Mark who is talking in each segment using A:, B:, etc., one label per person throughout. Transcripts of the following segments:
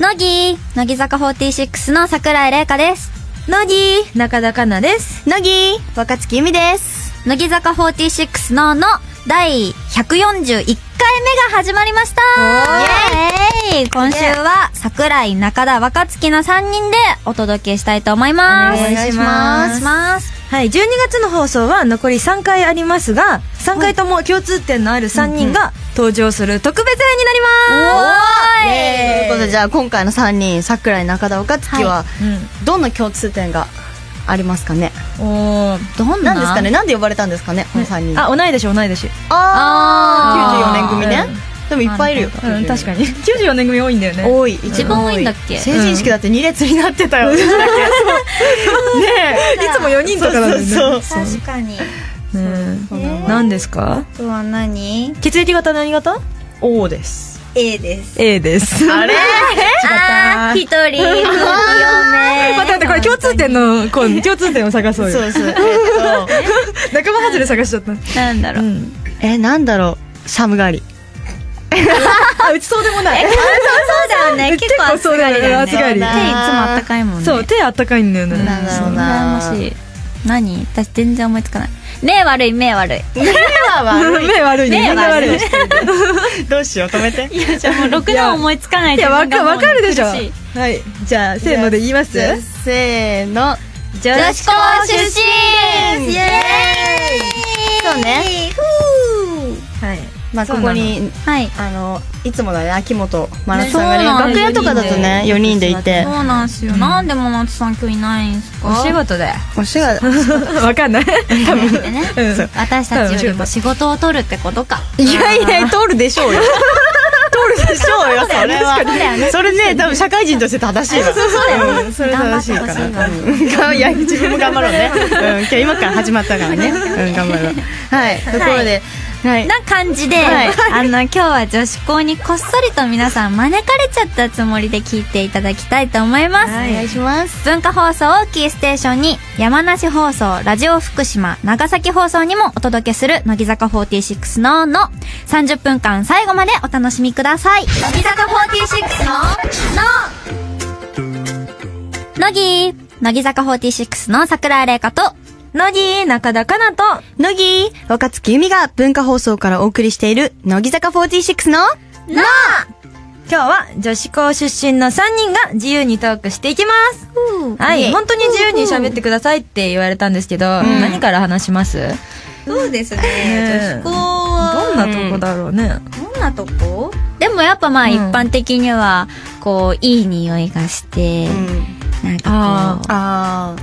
A: 乃木乃木坂46の桜井玲香です。乃木
B: 中田香奈です。
A: 乃木
B: 若月由美です。
A: 乃木坂46のの第141回目が始まりましたイエーイ今週は桜井中田若月の3人でお届けしたいと思います。
B: お願いし
A: お
B: ます
A: 願いします
B: はい、12月の放送は残り3回ありますが、3回とも共通点のある3人が登場する特別編になります。
A: おーい
C: ということでじゃあ今回の3人桜井中田若月は、
A: は
C: どんな共通点がありますかね
B: うん。おー
A: どんな
C: 何ですかねなんで呼ばれたんですかねこの3人
B: あ、同い年同い年。
C: あ
A: あー
C: 94年組ね、でもいっぱいいるよ、
B: うん、確か に。94年組多いんだよ ね。
C: 多い
A: 一番多いんだっけ
C: 成人式だって2列になってたよ、ね
B: いつも4人とかなんだよね。
C: そうそう
A: 確かに。
B: うん
C: そうなの
B: 何ですか
A: あとは何
B: 血液型何型
C: O です
A: ?A です。
B: ?A です。
C: あれ
A: あー、一人、
B: 待って待って、これ共通点の、こ う、共通点を探そうよ。
C: そうそうえっと
B: 仲間外れ探しちゃった。
A: なんだろう。
B: ん。
C: えなんだろうシャムガリ
B: あ、うちそうでもない。
A: そうだよ ね。結構暑がりだよね。
B: 結構暑がり
A: 手いつもあったかいもんね。
B: そう、手あったかいんだよね。
C: なんだろうな
A: 羨ましい何私全然思いつかない目悪い目悪い
C: 目は悪い
B: 目悪いね。みんな悪い。
A: 目悪い
C: どうしよう止めて
A: いやじゃあもうろくな思いつかない
B: いや、わかわかるでしょ。
A: 女
B: はい。じゃあ、せーので言います
C: せーの
A: 子校出身
C: イエーイそうね
B: はい。
C: まあ
B: そう
C: こ
B: な
C: こ
B: の
C: に
A: はい
C: あのいつもだね秋元真夏さんがね
A: ねそうなの
C: 楽屋とかだとね4人でいて
A: そうなんすよ、なんでもなつさん今日いないんすか
B: 事で。
C: お仕事
B: わかんない。多分。
A: でね
B: うん
A: 私たちよりも仕事を取るってことか
C: いやいや通るでしょう よ通るでしょうよそれはそれね多分社会人として正しいわうんそれ正しいか
A: 頑張
C: らうんいや自分も頑張ろう ねうん今日今から始まったからねうん頑張ろうはいところではい
A: な感じで、
C: はい
A: あの今日は女子校にこっそりと皆さん招かれちゃったつもりで聞いていただきたいと思います、
C: お願いします
A: 文化放送をキーステーションに山梨放送、ラジオ福島、長崎放送にもお届けする乃木坂46のの30分間最後までお楽しみください。乃木坂46のの乃木乃木坂46の桜井玲香と
B: 乃木、中田かなと、
C: 乃木若月由美が文化放送からお送りしている乃木坂46の
A: の
B: 今日は女子校出身の3人が自由にトークしていきます。は
C: イエ
B: い。
C: イ
B: 本当に自由に喋ってくださいって言われたんですけど、何から話します
A: そうですね
B: ねえ女子校どんなとこだろうね。
A: どんなとこでもやっぱまあ
B: うん
A: 一般的には、こう、いい匂いがして、なんかこ
C: あ
A: う、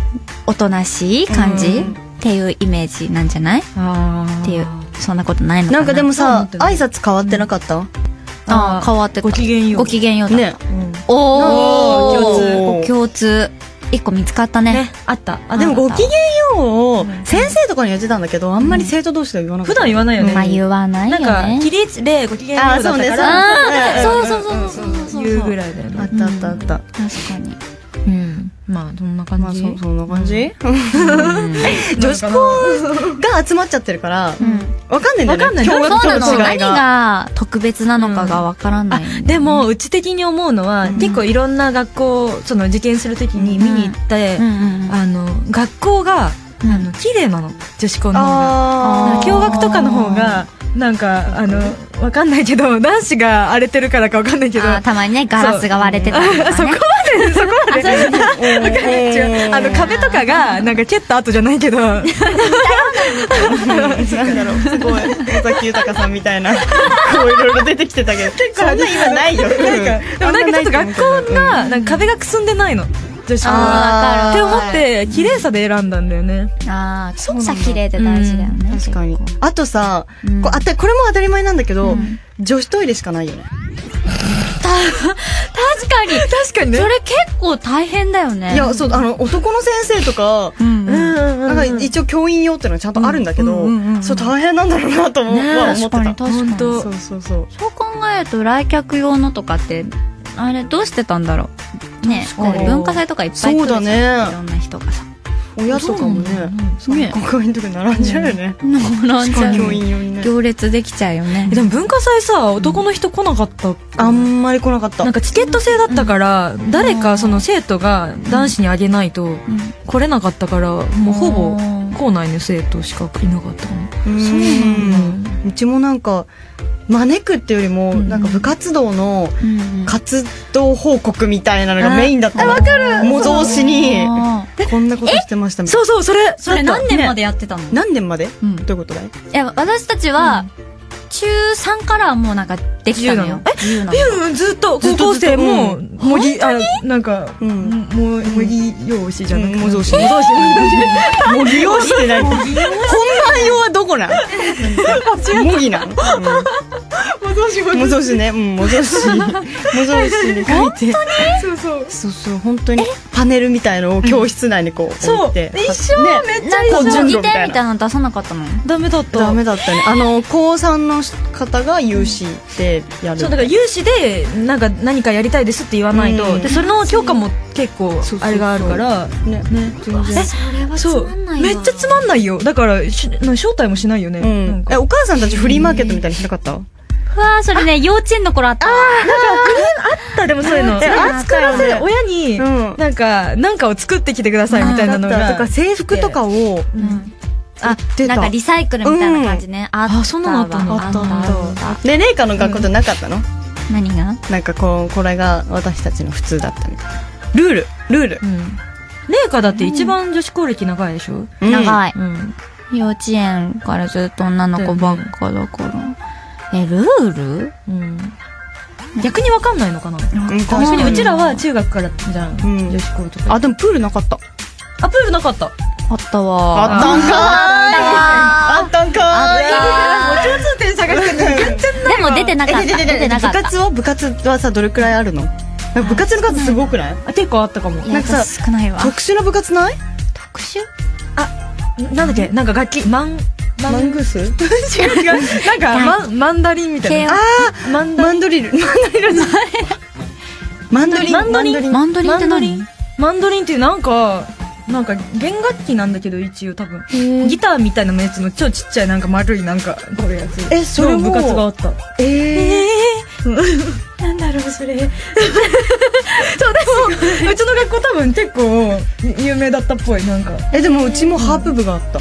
A: おとなしい感じ、
C: うん
A: っていうイメージなんじゃないっ
B: あー
A: ていう、そんなことないのかな。
C: なんかでもさ
B: そう
C: 挨
B: なん
C: 拶変わってなかった
A: あー変わってた
B: ご機嫌よう。
A: ご機嫌ようだ。
C: ね
B: うん
A: おー
C: 共通
A: お共通。一個見つかったね。
B: ね、あった。
C: あでもご機嫌ようを先生とかに言ってたんだけどあんまり生徒同士では言わなか
B: 普
C: った
B: 段言わないよね。
A: まあ言わないよ
B: な
A: ね。
B: んか、起立でご機嫌ようだったから、
A: あーそう
C: ね
A: そうそうそうそうそう。
B: 言うぐ
A: い。
B: らいだよ
C: あっ
B: ね。
C: たあったあった
A: 確かに。
B: うん。まあ、どんな
C: ま
B: 感
C: あ
B: じ
C: そそんな感じ
B: 女
C: 女
B: 子
C: 子
B: 校
C: 校が集まっちゃってるから
A: うん。
C: わかんないんだよね
B: わかんない
A: そ
C: 共
A: う
C: 学と
A: な
C: の
A: の。
C: 違
A: 何
C: いが
A: が特別なのかがわからないよね。
B: でも、うち的に思うのは、結構いろんな学校、その受験するときに見に行って
A: うん、うんうん、
B: あの、学校が、あの、綺麗なの。女子校の方が。
C: あ
A: ー
B: 共学と かの方が、なんか、あの、わかんないけど、男子が荒れてるからかわかんないけど、
A: あーたまにね、ガラスが割れてたりとか、ね。
B: そこまで、そこまで。 違う。あの、壁とかが、なんか蹴った後じゃないけど、
C: なんだろうすごい尾崎豊さんみた いなこういろいろ出てきてたけどそんな今ないよ
B: なんか、でもなんかちょっと学校が、なんか壁がくすんでないの。女子校は。
C: あー
B: って思って、綺麗さで選んだんだよね。
A: ああ、ちょっと綺麗で大事だよね。
C: 確かにあとさ
A: うん
C: こうあたこれも当たり前なんだけど女子トイレしかないよね
A: 確かに。
B: 確かに
A: それ結構大変だよね。
C: いやそうあの男の先生とか
A: うんうん、
C: なんか一応教員用っていうのはちゃんとあるんだけど
B: うんうんうんうん
C: そう大変なんだろうなとも
B: ね
C: は思
A: 確
C: って
A: かに確か
C: た
A: に。
B: 本当
C: そうそうそう
A: そう考えると来客用のとかって、あれどうしてたんだろう。ね、こ
C: かに
A: う文化祭とかいっぱい来るじゃん
C: そうだね
A: いろんな人がさ。
C: 親とかもね
D: そうなんだ
C: 国会のとこ並んじゃうよね
D: 並んじゃう
C: 教員用にね
D: 行列できちゃうよね
B: えでも文化祭さ男の人来なかった
C: あんまり来なかった
B: なんかチケット制だったから、誰かその生徒が男子にあげないと来れなかったから、もうほぼ校内の生徒しかいなかったかな
C: うん
D: そうなん
C: うちもなんか招くっていうよりも、
B: うん
C: なんか部活動の
D: うん
C: 活動報告みたいなのがメインだったわ
B: かる
C: 模造紙に
D: あー
C: こんなことしてましたみたい
B: そうそうそれ
A: それ何年までやってたの、
C: な何年まで
A: うん
C: どういうことだい
A: いや私たちは中3からはもうなんかできたのよ自由なの
B: うんずっと高校生も
C: ず
B: 模擬あなんか
C: う
B: も
C: ん
B: 模擬用紙じゃなくて
C: うん模造
B: 紙模造
C: 模擬用してない本番用はどこなの模擬な のうん模造紙ねうん模造紙模造紙に書いて
B: 紙そうそう
C: そうそう本当にパネルみたいのを教室内にこう
B: そう
C: 置いて
B: え一緒
C: ね
B: めっち
A: な
B: ゃ
A: ん
B: 一
A: か
C: こう
B: 緒
A: 模
C: 順
A: 擬
C: 路
A: 店
C: み
A: みたい
C: たい
A: な
C: な
A: の出さなかったの
B: ダメだった
C: ダメだったねあの高3の方が有志でやる
B: そうだから有志でなんか何かやりたいですって言わないと、
C: うん
B: でそれの教科も結構
C: そうそうそう
B: あれがあるから
C: ね
B: ね
C: 全然
A: れは
B: そうめっちゃつまんないよだからしな招待もしないよね、
C: う
B: なん
C: ん
B: か
C: えお母さんたちフリーマーケットみたいにしなかった
A: わあそれね幼稚園の頃あった
B: あでもそういうの
C: えあったよ
B: 作ら
C: ね
B: せ親に、
C: うん
B: なんかなんかを作ってきてくださいみたいなの
C: だ
B: が
C: から制服とかを
A: うん
C: あ出た
A: なんかリサイクルみたいな感じね、あったわ
B: あそんなのあったの
A: あった
B: あった
A: あった
C: で麗華の学校じゃなかったの
A: 何が
C: なんかこうこれが私たちの普通だったみたいなルールルー
B: うん麗華だって一番女子高歴長いでしょ、
C: ルい
A: 長い、
B: うん、
A: 幼稚園からずっと女の子ばっかだからえルール
B: うん、逆にわかんないのかな確かにうちらは中学からじゃん、
C: ん
B: 女子高とか
C: あでもプールなかった
B: あプールなかった
A: あったわ
C: あったんかーいあったんか
A: あ
B: 共通点探してる
A: ーでも出てなかった
C: ー
A: 出
C: い
A: てなかった
C: 部活は部活はさどれくらいあるのなんか部活の数すごくない
B: あ結構あったかも
A: いや
C: なんかさ
A: 少ないわ
C: 特殊な部活ない
A: 特殊
B: なんだっけなんか楽器マンマ
C: マングース
B: 違うなんかマンマンダリンみたいな
A: あ
B: マンダ
C: マンドリルマンドリルじゃないマンドリン
B: マンドリン
A: マンドリンって
B: マンド
A: 何
B: リンマンドリンっていうなんかなんか弦楽器なんだけど一応多分
A: へー
B: ギターみたいなやつの超ちっちゃいなんか丸いなんかこれやつ
C: えそれ
B: の
C: も
B: 部活があった
C: ええ
B: なんだろうそれそうでもうちの学校多分結構有名だったっぽいなんか
C: えでもうちもハープ部があった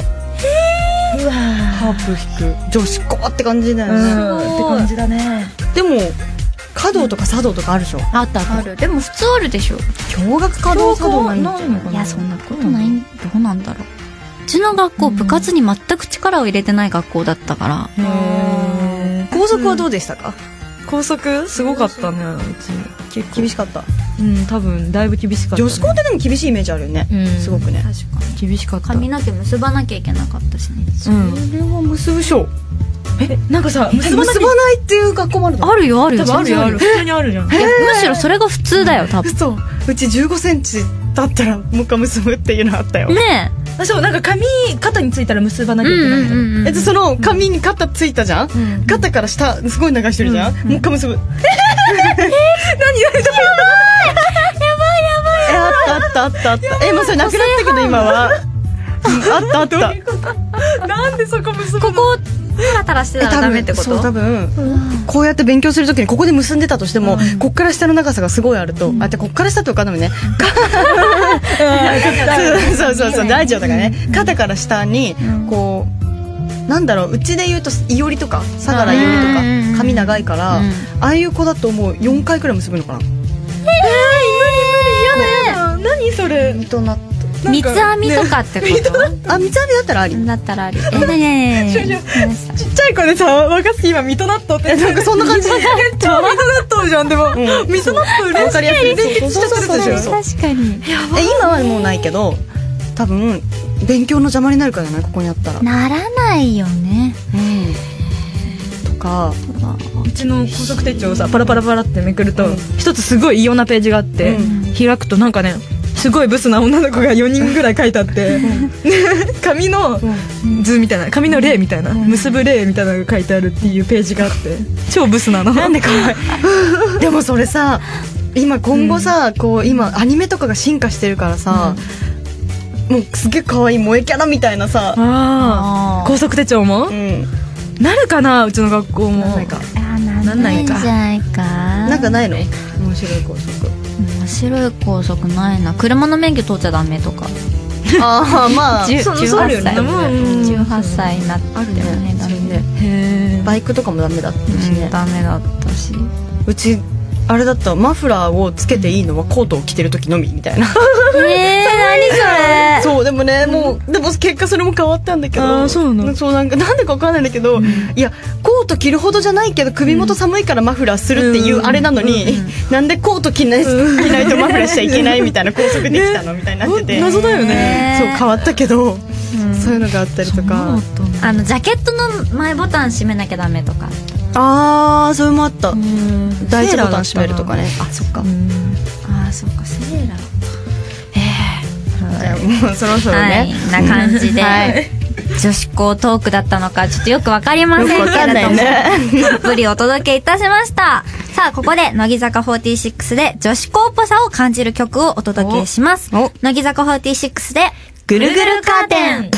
C: ハープ弾く女子校って感じだよね
B: うんって感じだね
C: でも華道とか茶道とかあるでしょ
A: あったあるでも普通あるでしょ
C: 驚愕華道茶道ないんじゃない
A: いやそんなことないどうなんだろううちの学校部活に全く力を入れてない学校だったから
B: へ
C: 校則はどうでしたか、
B: 高速すごかったねうち結構
C: 厳しかった
B: うん多分だいぶ厳しかったね
C: 女子校ってでも厳しいイメージあるよね、
B: うん
C: すごくね
A: 確かに
B: 厳しかった
A: 髪の毛結ばなきゃいけなかったしね
B: うん
C: れは結ぶしょう
B: えなんかさ結
C: 結
B: ば
C: ば
B: なきゃ
C: ないっていう学校もあるの
A: あるよあるよ
B: 多分あるよある
A: 全
B: 普通にあるじゃん
A: 然あるいやむしろそれが普通だよ多分
C: 嘘うち1 5センチだったらもう一回結ぶっていうのあったよ、
A: ね
B: あそうなんか髪肩についたら結ばな
A: え
B: きゃいけないみたいな
A: うんうんうんうん
C: えっとその髪に肩ついたじゃん、肩から下すごい流してるじゃん、もう一回結ぶえ何やばいやばいやばいあったあったあったえもうそれなくなったけど今は うんあったあった
B: なんでそこ結ば
A: ここをタラタラしてたらダメってこ
C: え
A: と
C: 多分そう多分、こうやって勉強するときにここで結んでたとしても、こっから下の長さがすごいあると、あでこっから下って分かんないもんね そうそうそうそう大丈夫だからね肩から下にこうなんだろううちで言うといおりとか相良いお
A: うんうん
C: り
A: うん
C: と
A: うん
C: か髪長いから、
A: うん
C: ああいう子だともう4回くらい結ぶのかな
B: 何それ
C: 水となって
A: 三つ編みとかってこと
C: あ三つ編みだったらあり
A: だったらありえねえねえねえねえねえ
B: ちっちゃい子でさ若槻今ミトナットって
C: なんかそんな感じ
B: 超ミトナットじゃんでも
C: ん
B: ミトナット嬉しい
C: わかりやす
B: 連
C: い
B: 結しちゃってるでしょ
C: そうそうそうそう
A: 確かに
C: え今はもうないけど多分勉強の邪魔になるからじゃないここにあったら、
A: ならないよね
C: とか
B: うちの高速手帳をさパラパラパラってめくると一つすごい異様なページがあって
C: う
B: 開くとなんかねすごいブスな女の子が4人ぐらい書いてあって で紙の図みたいな紙の例みたいな結ぶ例みたいなのが書いてあるっていうページがあって超ブスなの
C: なんで怖いでもそれさ今今後さ、こう今アニメとかが進化してるからさ、もうすげえ可愛い萌えキャラみたいなさ
A: あ
B: ああ高速手帳も
C: うん
B: なるかなうちの学校も
C: なんか
E: あー
B: なんないか
A: じゃないか
C: なんかないの面白い校則
A: 面白い校則ないな車の免許取っちゃダメとか
C: ああまあ
A: じゅ
B: そうそうあるよ
A: 18
B: ね
A: 歳
B: うん
A: 18歳になってもねダメだ
B: へ
C: バイクとかもダメだったし
A: うん
C: ね
A: ダメだったし
C: うちあれだったマフラーをつけていいのはコートを着てる時のみみたいな
A: えー、何それ
C: そうでもねもうでも結果それも変わったんだけど
B: あーそうなの
C: そうなんかなんでか分かんないんだけど、いやコート着るほどじゃないけど首元寒いからマフラーするっていう
B: うん
C: あれなのに、なんでコート着ない,、着ないとマフラーしちゃいけないみたいな校則できたの、みたいになってて
B: ほん謎だよね
C: そう変わったけど、そういうのがあったりとか
A: あのジャケットの前ボタン閉めなきゃダメとか
C: ああそれもあった
B: うん
C: 第一ボタン閉めるとかねあそっか、
A: ああそっかセーラー
C: じゃあもうそろそろね、
A: はいな感じで、
C: はい
A: 女子校トークだったのかちょっとよくわかりませんけ
C: よくわかんな
A: れど
C: い
A: も、
C: ね
A: たっぷりお届けいたしましたさあここで乃木坂46で女子校っぽさを感じる曲をお届けします
C: おお
A: 乃木坂46で
C: ぐるぐるカーテン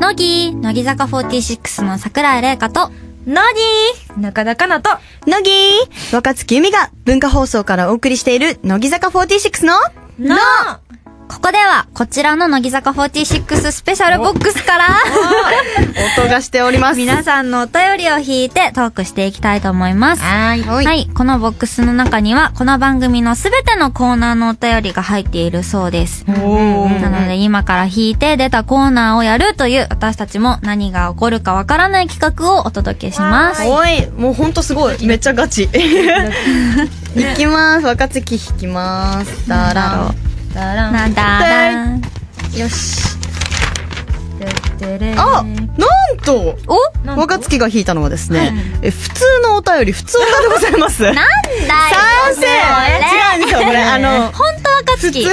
A: 乃木乃木坂46の桜井玲香と
B: 何中田かなと
C: 乃木若月由美が文化放送からお送りしている乃木坂46の
A: のここではこちらの乃木坂46スペシャルボックスから
C: 音がしております
A: 皆さんのお便りを引いてトークしていきたいと思います。
C: はい
A: はい、
C: い
A: このボックスの中にはこの番組のすべてのコーナーのお便りが入っているそうです。
C: おー
A: なので今から引いて出たコーナーをやるという私たちも何が起こるかわからない企画をお届けします。
C: おいもうほんとすごいめっちゃガチ いきます若月引きますだらんだらん
A: なんだだん
C: よしあなんと
A: おなん
C: 若月が引いたのはですね、え普通のお便り普通歌でございます賛成
A: だよ。
C: 違うんですよこれあの
A: 本当若月。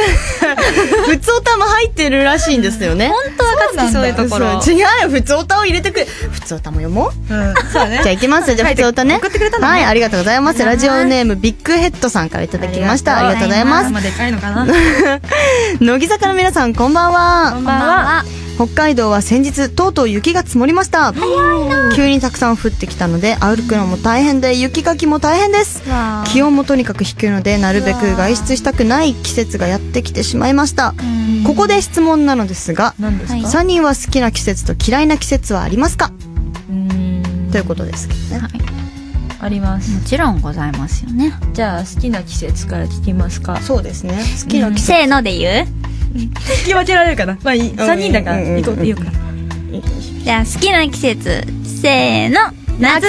C: 普通おたも入ってるらしいんですよね。
A: 本当若月そういうところ。
C: そう違うよ、普通おたを入れてくれ。普通おたも読もう。
B: うんそうだね
C: じゃあ行きますよじゃあ普通おたね。送ってくれたのはい、ありがとうございます。ラジオネームビッグヘッドさんからいただきました。ありがとうございます。
B: までかいのかな
C: 乃木坂の皆さん、こんばんは。
A: こんばんは。
C: 北海道は先日とうとう雪が積もりました急にたくさん降ってきたので歩くのも大変で雪かきも大変です
A: わあ
C: 気温もとにかく低いのでなるべく外出したくない季節がやってきてしまいましたここで質問なのですが
B: 何です
A: はい
C: 3人は好きな季節と嫌いな季節はありますかということですけどね
B: あります
A: もちろんございますよね。
B: じゃあ好きな季節から聞きますか
C: そうですね好きな季節
A: せーので言う
B: 聞き分けられるかなまあいい3人だから
C: うんうんうん
B: 行こう行こうか
A: じゃあ好きな季節せーの夏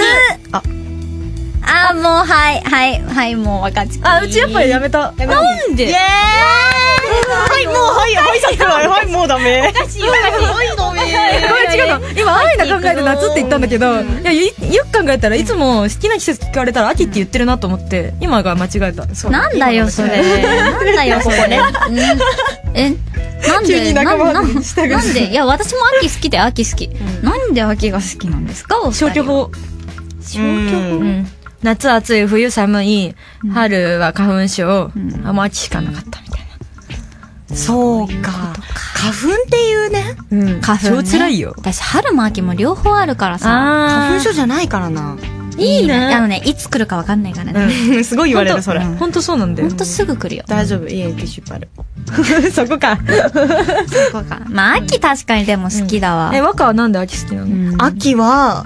C: あ
A: あもうはいはいはいもう若月
B: あうちやっぱりやめた
A: なんで
C: はいもうはいはいさっきからはいもうダメおかしいはいダメ
B: これ違うの今安易な考えで夏って言ったんだけどいやいよく考えたらいつも好きな季節聞かれたら秋って言ってるなと思って今が間違えたそう
A: なんだよそれなんだよそれうんえなんで
B: 急に仲間
A: なん
B: 外れしたが
A: な
B: る
A: んでいや私も秋好きで秋好き、なんで秋が好きなんですかお二人は
B: 消去法
C: 消去法
B: うん夏暑い冬寒い春は花粉症、あもう秋しかなかったみたい
C: そうか花粉っていうね
B: な、うん、
A: 花粉、ね、
B: 超辛いよ
A: 私春も秋も両方あるからさ
B: あ
C: 花粉症じゃないからな
A: いいね
B: いいね
A: あのねいつ来るかわかんないからね、
C: すごい言われるそれ
B: 本当そうなんだ
A: ほ
B: よ
A: んとすぐ来るよ
C: 大丈夫家にティッシュいっぱいある
B: そこか
A: そこがまあ秋確かにでも好きだわ、
B: え若はなんで秋好きなの、
A: うん
C: 秋は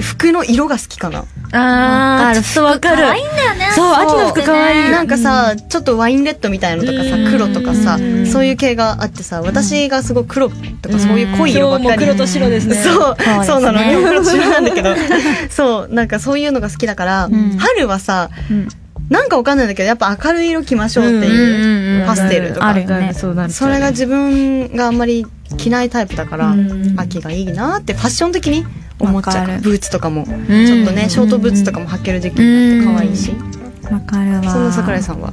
C: 服の色が好きかな
B: ああちょっとわかる
A: 可愛いんだよね
B: そう秋の服可愛い
C: なんかさちょっとワインレッドみたいのとかさ
B: うん
C: 黒とかさ
B: うん
C: そういう系があってさ私がすごい黒とかそういう濃い色ばっか
B: 今
C: り
B: 日も黒と白ですね
C: そう
A: すね
C: そうなのね黒と白なんだけどそうなんかそういうのが好きだから
A: ん
C: 春はさ
A: うん
C: なんかわかんないんだけどやっぱ明るい色着ましょうっていうパステルと
A: あ
C: か
A: るよね
B: そうなる
C: それが自分があんまり着ないタイプだから
B: うん
C: 秋がいいなってファッション的に思っちゃ
A: わか
C: う
A: る
C: ブーツとかもちょっ
F: ち
C: とねショートブーツとかも履ける時期になって可愛いし
A: わかるわ
C: そんな桜井さんは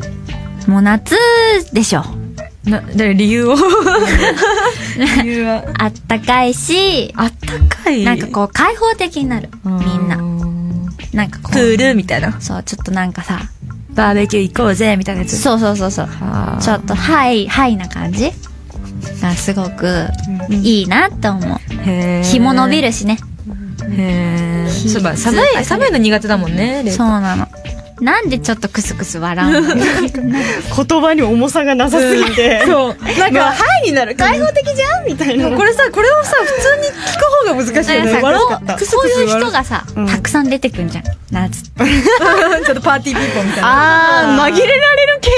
A: もう夏でしょ
B: なで理由を理由は
A: あったかいし
B: あったかい
A: なんかこう開放的になるみんななんかこ
B: プ
A: う
B: ールみたいな
A: そうちょっとなんかさ
B: バーベキュー行こうぜみたいなやつ
A: そうそうそうそう
B: あー
A: ちょっとはいはいな感じがすごくいいなって思う
B: へ
A: 日も伸び
B: る
A: るしね
B: へえ
A: 日
B: そういえば寒い寒いの苦手だもんねレイ
A: そうなのなんでちょっとクスクス笑うの
C: 言葉に重さがなさすぎて
B: そうなん
C: まあ
B: か
C: はいになる開放的じゃんみたい
B: で
C: な
B: もこれさこれをさ普通に聞く方が難しいよね
A: なん
B: 笑
A: か
B: う
A: さこう
B: クス
A: こう
B: ク
A: い
B: ス
A: う人
B: 笑
A: がさ、
C: うん
A: たくさん出てくんじゃん夏って
B: うちょっとパーティーピーポーみたいな
C: あー紛れられる系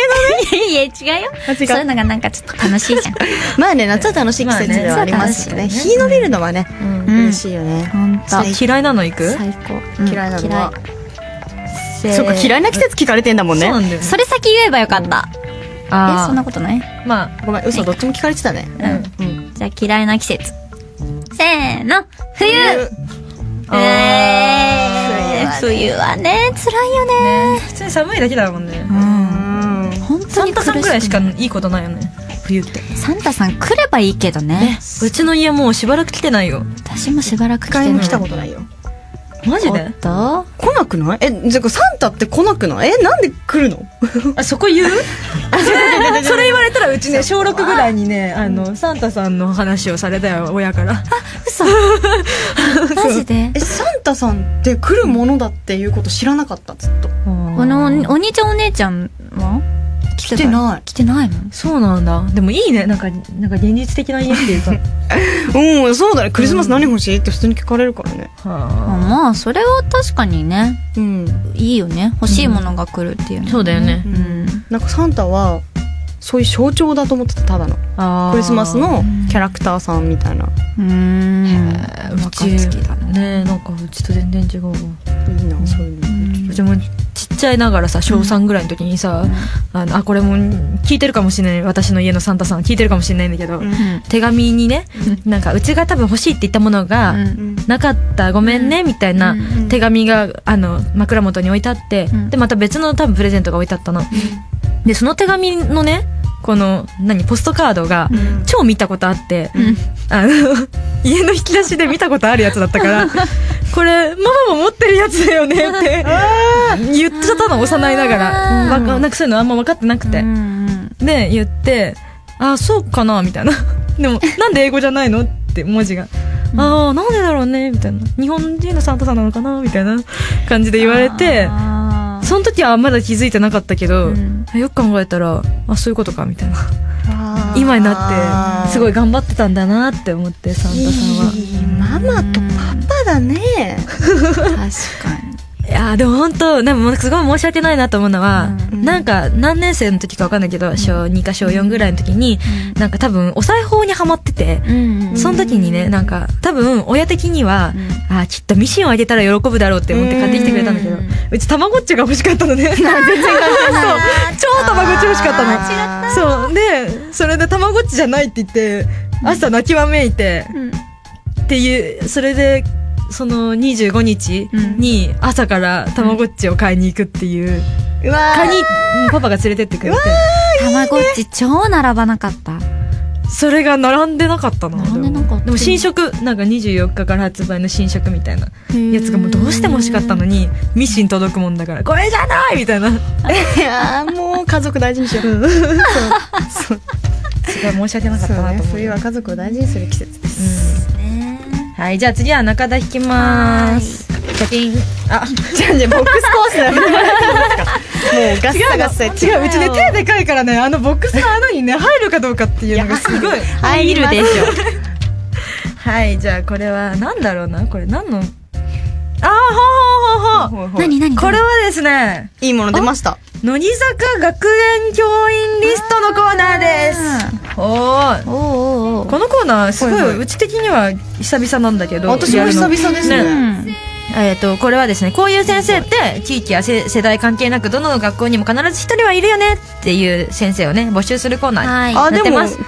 C: だね
A: いや違うよ
C: あ違う
A: そういうのがなんかちょっと楽しいじ ゃん
C: まあね夏は楽しい季節ではありますよね日伸びるのはね
A: ん
C: 嬉しいよね
A: ほんと
C: そう
B: 嫌いなの行く
A: 最高、うん
C: 嫌いなのは
A: 嫌い
C: そうか嫌いな季節聞かれてんだもんね
B: そうなんだよね
A: それ先言えばよかったえそん
B: あ
A: なことない
B: あまあ
C: ごめん嘘どっちも聞かれてたね
A: う
C: うん
A: じゃあ嫌いな季節せーの冬えー、冬はね辛いよね
B: ね普通に寒いだけだもんね
C: うん
A: 本当
B: サ
A: に
B: ン
A: 苦
B: タ
A: し
B: さんくらいしか
A: く
B: いいことないよね冬って
A: なサンタさん来ればいいけどね
B: うちの家もうしばらく来てないよ
A: 私もしばらく来
C: 一
A: てな
C: 回
A: い
C: も来たことないよ
B: マジ
A: お
B: で
A: っと
C: 来なくないえじゃあサンタって来なくないえなんで来るの
B: あそこ 言うそれ言われたらうちね小6ぐらいにねあのサンタさんの話をされたよ親から
A: 嘘マジで
C: えサンタさんって来るものだっていうこと知らなかったずっと
A: このおお兄ちゃんお姉ちゃんは来
C: 来てない
A: 来てないもん
B: そうなんだでもいいねなんかなんか現実的な家っていう か
C: うんそうだねクリスマス何欲しいって普通に聞かれるからね
A: あ
B: は
A: まあそれは確かにね
C: うん
A: いいよね欲しいものが来るっていうのは
B: あそうだよね
A: うん
C: なんかサンタはそういう象徴だと思ってたただのクリスマスのキャラクターさんみたいな
A: うん
B: うちねなんかうちと全然違うわ
C: いいなそういうの
B: うちもちっちゃいながらさ小3ぐらいの時にさ、あのあこれも聞いてるかもしれない私の家のサンタさん聞いてるかもしれないんだけど、
C: うん
B: 手紙にね、なんかうちが多分欲しいって言ったものが、
C: うん
B: なかったごめんねみたいな
A: うん
B: 手紙があの枕元に置いてあって、
A: うん
B: でまた別の多分プレゼントが置いてあったの、でその手紙のねこの何ポストカードが
C: うん
B: 超見たことあって、
A: ん
B: あの 家の引き出しで見たことあるやつだったから これママも持ってるやつだよねって言っちゃったの幼いながら
A: うん
B: わかなんかそういうのあんま分かってなくて、
A: うん
B: で言って「あそうかな」みたいな「でもなんで英語じゃないの?」って文字が「ああなんでだろうね」みたいな「日本人のサンタさんなのかな?」みたいな感じで言われて
A: あー
B: その時はまだ気づいてなかったけど、
A: うん
B: よく考えたらあそういうことかみたいな
C: あー
B: 今になってすごい頑張ってたんだなって思ってサンタさんは。
C: いいママとパパだね
A: 確かに
B: いやーでも本当でもすごい申し訳ないなと思うのは、
C: うん
B: なんか何年生の時か分かんないけど、小2か小4ぐらいの時に、なんか多分お裁縫にハマってて、
A: うん
B: その時にね、なんか、多分、親的には、あーきっとミシンをあげたら喜ぶだろうって思って買ってきてくれたんだけど
A: うん、
B: うち、たまごっちが欲しかったのね。全然買えない そう。超たまごっち欲しかった
C: あ
B: の。そう。で、それでたまごっちじゃないって言って、朝泣きわめいて、
A: うん
B: っていう、それで、その25日に朝からたまごっちを買いに行くっていう、
C: うわ
B: 買いに、うんパパが連れてってくれて、
A: たまごっち超並ばなかった
B: それが並んでなかったの。
A: 並んでなかった
B: でも新色、なんか24日から発売の新色みたいな。やつがもうどうしても欲しかったのにミシン届くもんだからこれじゃないみたいな
C: ーいやーもう家族大事にしよう
B: すごい申し訳なかっ
C: そ
B: た
C: う
B: な
C: ね
B: と思う
C: 冬は家族を大事にする季節で
A: ね
C: す
B: うんはいじゃあ次は中田引きますパチンあ
C: じゃあねボックスコースだねもうガッサガッサやって
B: 違ううちね手でかいからねあのボックスの穴 にね入るかどうかっていうのがすごい
C: 入るでしょ
B: はいじゃあこれは何だろうなこれ何のあーほうほうほうほう
A: 何何
B: これはですね
C: いいもの出ました
B: 乃木坂学園教員リストのコーナーですおー
A: おおおうおう
B: このコーナーすごい、
C: はいはいう
B: ち的には久々なんだけど
C: 私も久々ですね
B: ね
A: うん
B: えっ、と、これはですね、こういう先生って、地域やせ世代関係なく、どの学校にも必ず一人はいるよねっていう先生をね、募集するコーナーに。
A: はい。
B: あ
A: あ
C: あでも
B: な
C: 今
B: って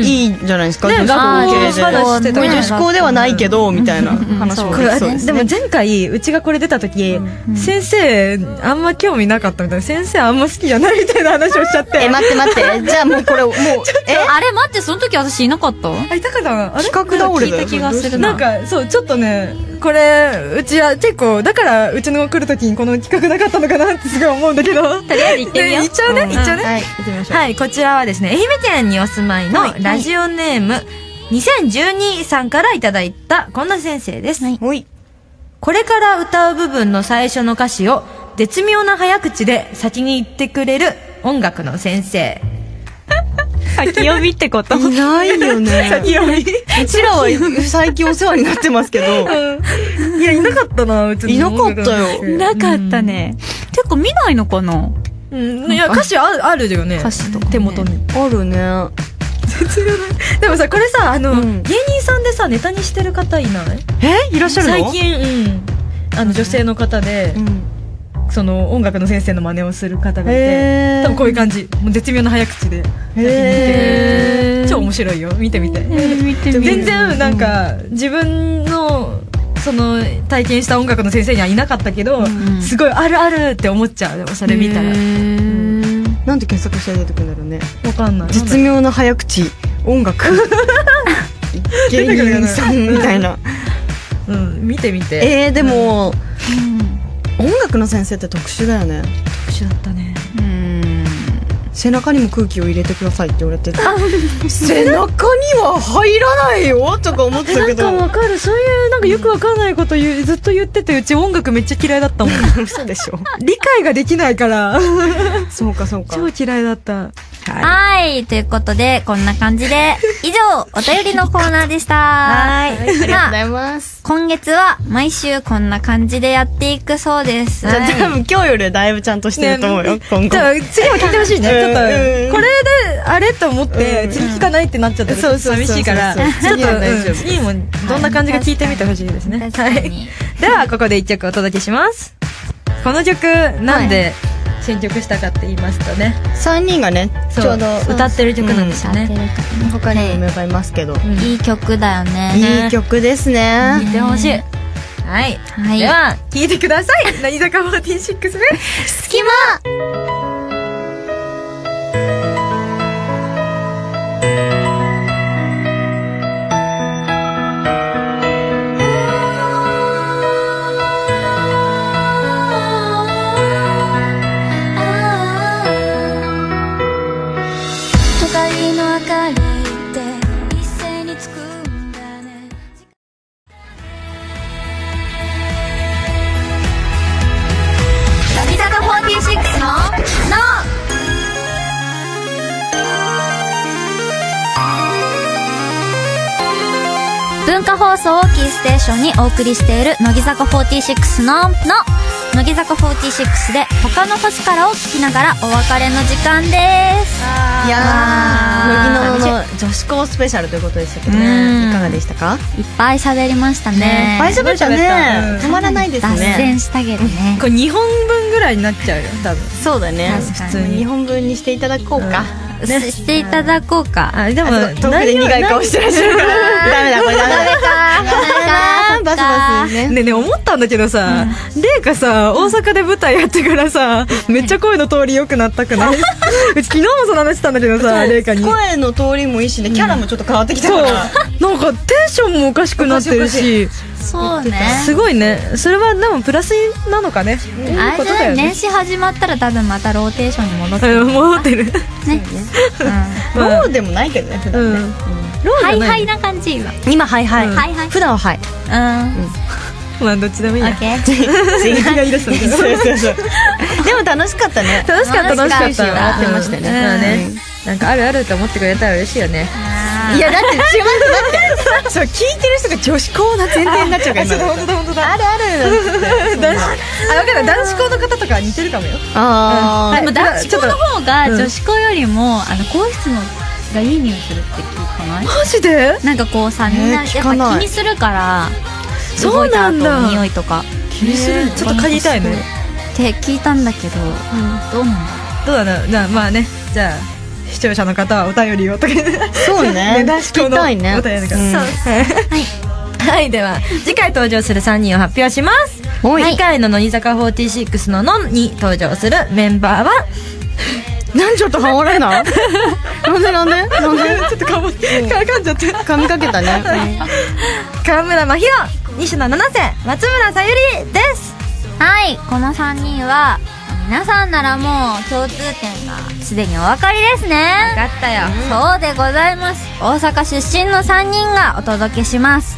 C: 日いいんじゃないですか、
B: ね、
C: 女子
B: 学
C: 校
B: 校
C: 系で
B: 話してた
A: 校
B: か
A: ね
B: ら
C: 女子校ではないけどみたいな話も
B: こ
C: で
B: れ
C: きそうです
B: でも前回うちがこれ出た時、先生あんま興味なかったみたいな先生あんま好きじゃないみたいな話をしちゃって
C: え待って待ってじゃあもうこれもうえ
G: あれ待って、その時私いなかった
B: あいたかなあれ
C: 企画倒れ
G: 聞い
C: だ
G: た
C: よ
G: 気がする
B: なん
G: な。
B: かそうちょっとねこれうちは結構だからうちの来る時にこの企画なかったのかなってすごい思うんだけど
G: とりあえず行ってみよ
B: ね
G: う。
B: 行っちゃうね行っちゃうね、
C: はい行ってみましょう
B: はいこちらはですね愛媛県にお住まいの
C: はい
B: ラジオネーム、2012さんからいただいたこんな先生です、
C: ほい
B: これから歌う部分の最初の歌詞を絶妙な早口で先に言ってくれる音楽の先生。
G: 先読みってこと。
C: いないよ ね
B: いや、い
C: こちらは 最近お世話になってますけど
B: や、いなかったな、うち
C: いなかったよ
G: なかったね。てか見ないのかな
B: うん、いや、歌詞あるあるよね。
G: 歌詞とかね
B: 手元に。
C: あるね
B: でもさ、これさ、あの、
C: うん
B: 芸人さんでさ、ネタにしてる方いない
C: えいらっしゃるの
B: 最近、うん。あの、女性の方で、
C: うん
B: その、音楽の先生の真似をする方がいて、
C: へ
B: 多分こういう感じ。もう絶妙な早口で。
C: えへ
B: 超面白いよ。見てみて。
G: 見てみ
B: 全然なんか自分のその体験した音楽の先生にはいなかったけど、
G: ん
B: すごいあるあるって思っちゃうでもそれ見たらわ
C: なんで検索したら出てくるんだろうね
B: かんない
C: 絶妙な早口音 楽芸人さんみた いな
B: うん見てみて
C: えー、でも、音楽の先生って特殊だよね
B: 特殊だったね
G: うん。
C: 背中にも空気を入れてくださいって言われて背中には入らないよとか思ってた
B: な
C: け
B: んか
C: ど
B: わかるそういうなんかよくわかんないこと言うずっと言っててうち音楽めっちゃ嫌いだったもん
C: 嘘でしょ
B: 理解ができないから
C: そうかそうか
B: 超嫌いだった
A: はい。ということで、こんな感じで、以上、お便りのコーナーでした。はい。まあ、
C: います
A: 今月は毎週こんな感じでやっていくそうです。
C: じゃあ多分今日よりはだいぶちゃんとしてると思うよ、
B: ね
C: 今後
B: じゃあ次も聞いてほしいねちょっと
C: うん
B: これであれと思って
C: うん
B: 次聞かないってなっちゃったら
C: そうそうそう
B: 寂しいからち
C: そ
B: ょ
C: う
B: っ
C: そ
B: と
C: う次は大丈夫
B: うん次もどんな感じか聞いてみてほしいですね
A: 確か
B: はい
A: に。
B: ではここで一曲お届けしますこの曲なんで選曲したかって言いますとね
C: 3人がねち
B: そ
C: ょうど
B: 歌ってる曲なんですよ
A: 喋って
B: ね
A: る
C: 他にも芽生えますけど、
B: うん
A: いい曲だよね。
C: いい曲ですね、
B: 聞いてほしいはい
A: はい
B: で。は聴いてくださ い乃木坂46で
A: 隙間
H: 都会の明かりって一斉につくんだね乃木坂46の「の」
A: 文化放送をキーステーションにお送りしている乃木坂46のの乃木坂46で他の星からを聞きながらお別れの時間です
C: いやー、乃木
A: あー
C: の女子校スペシャルということでしたけど
A: うん
C: ね、いかがでしたか？
A: いっぱい喋りましたね
C: 大丈夫だ
B: 喋ったうん
C: ね。たまらないです
A: 脱
C: ね。
A: 線したけどね
B: これ2本分ぐらいになっちゃうよ多分
C: そうだね。
A: 確かに
C: 普通に日本文にしていただこうか。
A: ししていただこうか
B: あでも
C: あ遠くで苦い顔してらっしゃるから。ダメだこれダメだ。ダメだ。バスバスね。
B: ねえねえ思ったんだけどさ、レイカさ大阪で舞台やってからさめっちゃ声の通り良くなったくない うち昨日もその話したんだけどさレイカにそう
C: 声の通りもいいしね、キャラもちょっと変わってきたから。
B: なんかテンションもおかしくなってるし
A: そうね
B: すごいねそれはでもプラスなのかねいい
A: あ
B: こ
A: れ
B: と
A: じ
B: だ
A: ゃ
B: よ
A: ない
B: ね
A: 年始始まったら多分またローテーションに戻って
B: うん戻ってる
A: ね
C: ローでもないけどね。普
B: う
C: 段
B: ん
C: ね
B: ロ
A: は
B: ーじゃ
A: い
B: ない
A: はいな感じ今
C: 今はいは
B: う
A: は
B: ん
A: いはい
C: 普段ははい。
A: うん
B: まあどっちでもいい
A: オ
B: や
A: ッケー
C: 刺激がいらっしゃる。そうそうそう。 でも楽しかったね。
B: 楽しかった楽しか
A: 楽
B: っ
A: しか
B: た
A: った
C: 終わってましたよ
B: う
C: ね
B: んまあね
C: うん
B: なんかあるあると思ってくれたら嬉しいよね
C: いやだって違う待って待って。そう聞いてる人が女子校な前提になっちゃうから。
B: あちょっと本当だ本当だ
C: あるある。
B: 男子あ分かる男子校の方とか似てるかもよ
C: あ
B: は
C: あ
B: い
G: でも男子校の方が
B: うん
G: 女子校よりも、あの、更衣室のがいい匂いするって聞かない
B: マジで
G: なんかこうさ、みんなやっぱ
C: 聞かない
G: 気にするから、
I: 動いた
B: そうなん
I: 後
B: だ
I: 匂いとか
B: 気にするのちょっと嗅ぎたいね
I: って聞いたんだけど、どうなんだ
B: どうだろうじゃあまあねじゃあ視聴者の方はお便りをとか
C: そ うね。
B: 出し
C: 聞きたいね。
B: お便りが、
C: うん
B: はい、はい、では次回登場する3人を発表します
C: おい
B: 次回の乃木坂46の「の」に登場するメンバーは
C: なんでちょっとハモれないなんでなんでなんでちょっとか
B: かかんじゃって
C: 噛みかけたね。
B: 川村真宙西野七瀬松村さゆりです
A: はいこの3人は皆さんならもう共通点がすでにお分かりですね分かったよそうでございます大阪出身の3人がお届けします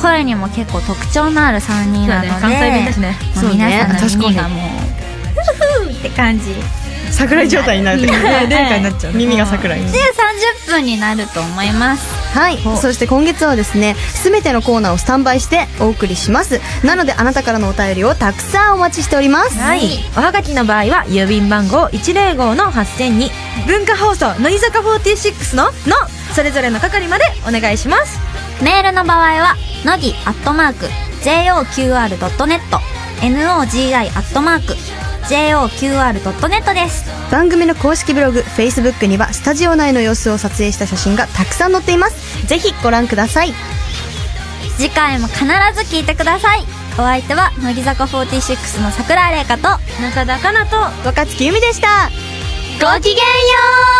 A: 声にも結構特徴のある3人なので、
B: そうだね関西弁だしね
A: もう皆さん
C: そうね
A: の耳がもうふふって感じ
C: うん桜井状態になる時
B: ね殿下になっちゃうね
C: 耳が桜井。
A: で30分になると思います
C: はい、そして今月はですね全てのコーナーをスタンバイしてお送りしますなのであなたからのお便りをたくさんお待ちしております
B: はい、おはがきの場合は郵便番号105の8000に文化放送乃木坂46の「の」それぞれの係までお願いします
A: メールの場合は乃木アットマーク JOQR.net NOGI アットマーク JOQR.net です
C: 番組の公式ブログ Facebook にはスタジオ内の様子を撮影した写真がたくさん載っていますぜひご覧ください
A: 次回も必ず聞いてくださいお相手は乃木坂46の桜井玲香と
B: 中田かなと
C: 若月由美でした
A: ごきげんよう